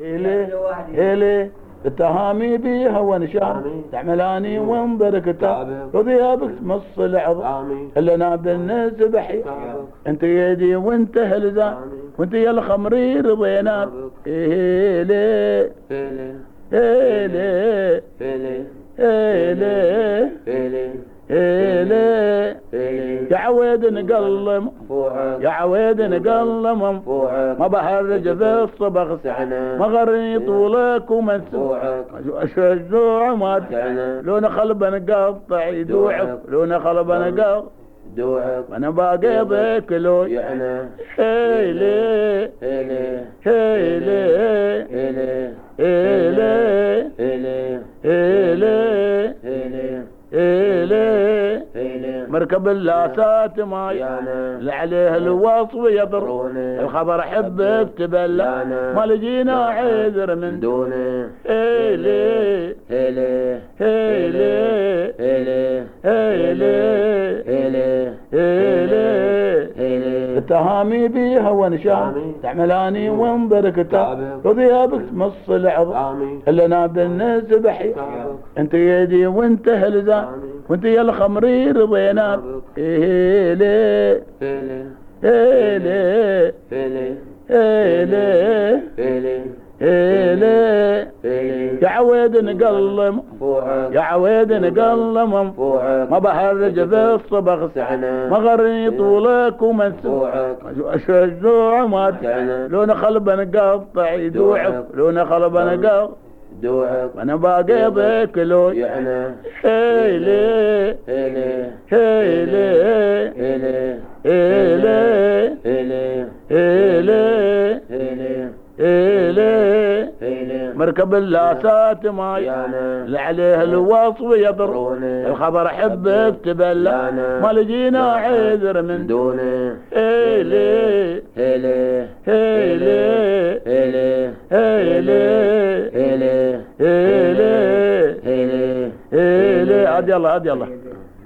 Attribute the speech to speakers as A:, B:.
A: هيلي هيلي التهامي بيها ونشان
B: آمين.
A: تعملاني وانظرك التعب وثيابك مص العظم
B: آمين
A: الا نابد الناس بحي
B: تعبك.
A: انت يدي وانت هلزان
B: آمين.
A: وانت يا الخمري رضيناك
B: تعبك.
A: هيلي
B: هيلي
A: هيلي
B: هيلي
A: هيلي
B: هيلي
A: هيلي
B: هيلي
A: يا عويد نقلم يا
B: فوعك
A: عويد نقلم
B: فوعك
A: ما بهرج في الصبغ
B: سعنا
A: ما غرني طولك ومنسوب
B: فوعك
A: شجوع ما
B: سعنا
A: لون خلبه نقطع يدوعك لون خلبه نقطع
B: دوعك
A: انا باقي بك لون
B: يعنا
A: هيلي
B: هيلي
A: هيلي
B: هيلي
A: هيلي
B: هيلي
A: هيلي
B: هيلي
A: هيلي
B: هيلي
A: مركب اللاسات ماي
B: يانا
A: اللي عليه الوصف يضر
B: روني
A: الخبر حبك تبلى ما لقينا عذر من دون
B: دوني
A: هيلي
B: هيلي
A: هيلي
B: هيلي
A: هيلي
B: هيلي
A: هيلي
B: هيلي
A: التهامي بيها ونشان
B: آمين.
A: تعملاني وانظرك التعب
B: تعبك.
A: وثيابك تمص العظم
B: آمين
A: الا نابد الناس بحي
B: تعبك.
A: انت يدي وانت هلزان
B: آمين.
A: وانت يا الخمري رضيناك
B: تعبك.
A: هيلي
B: هيلي
A: هيلي
B: هيلي
A: هيلي
B: هيلي
A: هيلي
B: هيلي
A: يا عويد نقلم يا
B: فوعك
A: عويد نقلم
B: فوعك
A: ما بهرج في الصبغ
B: سعنا
A: ما غرني طولك ومنسوب
B: فوعك
A: شجوع ما
B: سعنا
A: لون خلبه نقطع يدوعك لون خلبه نقطع
B: دوعك
A: انا باقي بك لون
B: يعنا
A: هيلي
B: هيلي
A: هيلي
B: هيلي
A: هيلي
B: هيلي
A: هيلي
B: هيلي
A: هيلي
B: هيلي
A: مركب اللاسات ماي
B: يانا
A: اللي عليه الوصف يضر
B: روني
A: الخبر حبك تبلى ما لقينا عذر من دون
B: دوني
A: هيلي
B: هيلي
A: هيلي
B: هيلي
A: هيلي
B: هيلي
A: هيلي
B: هيلي
A: هيلي عاد يلا عاد يلا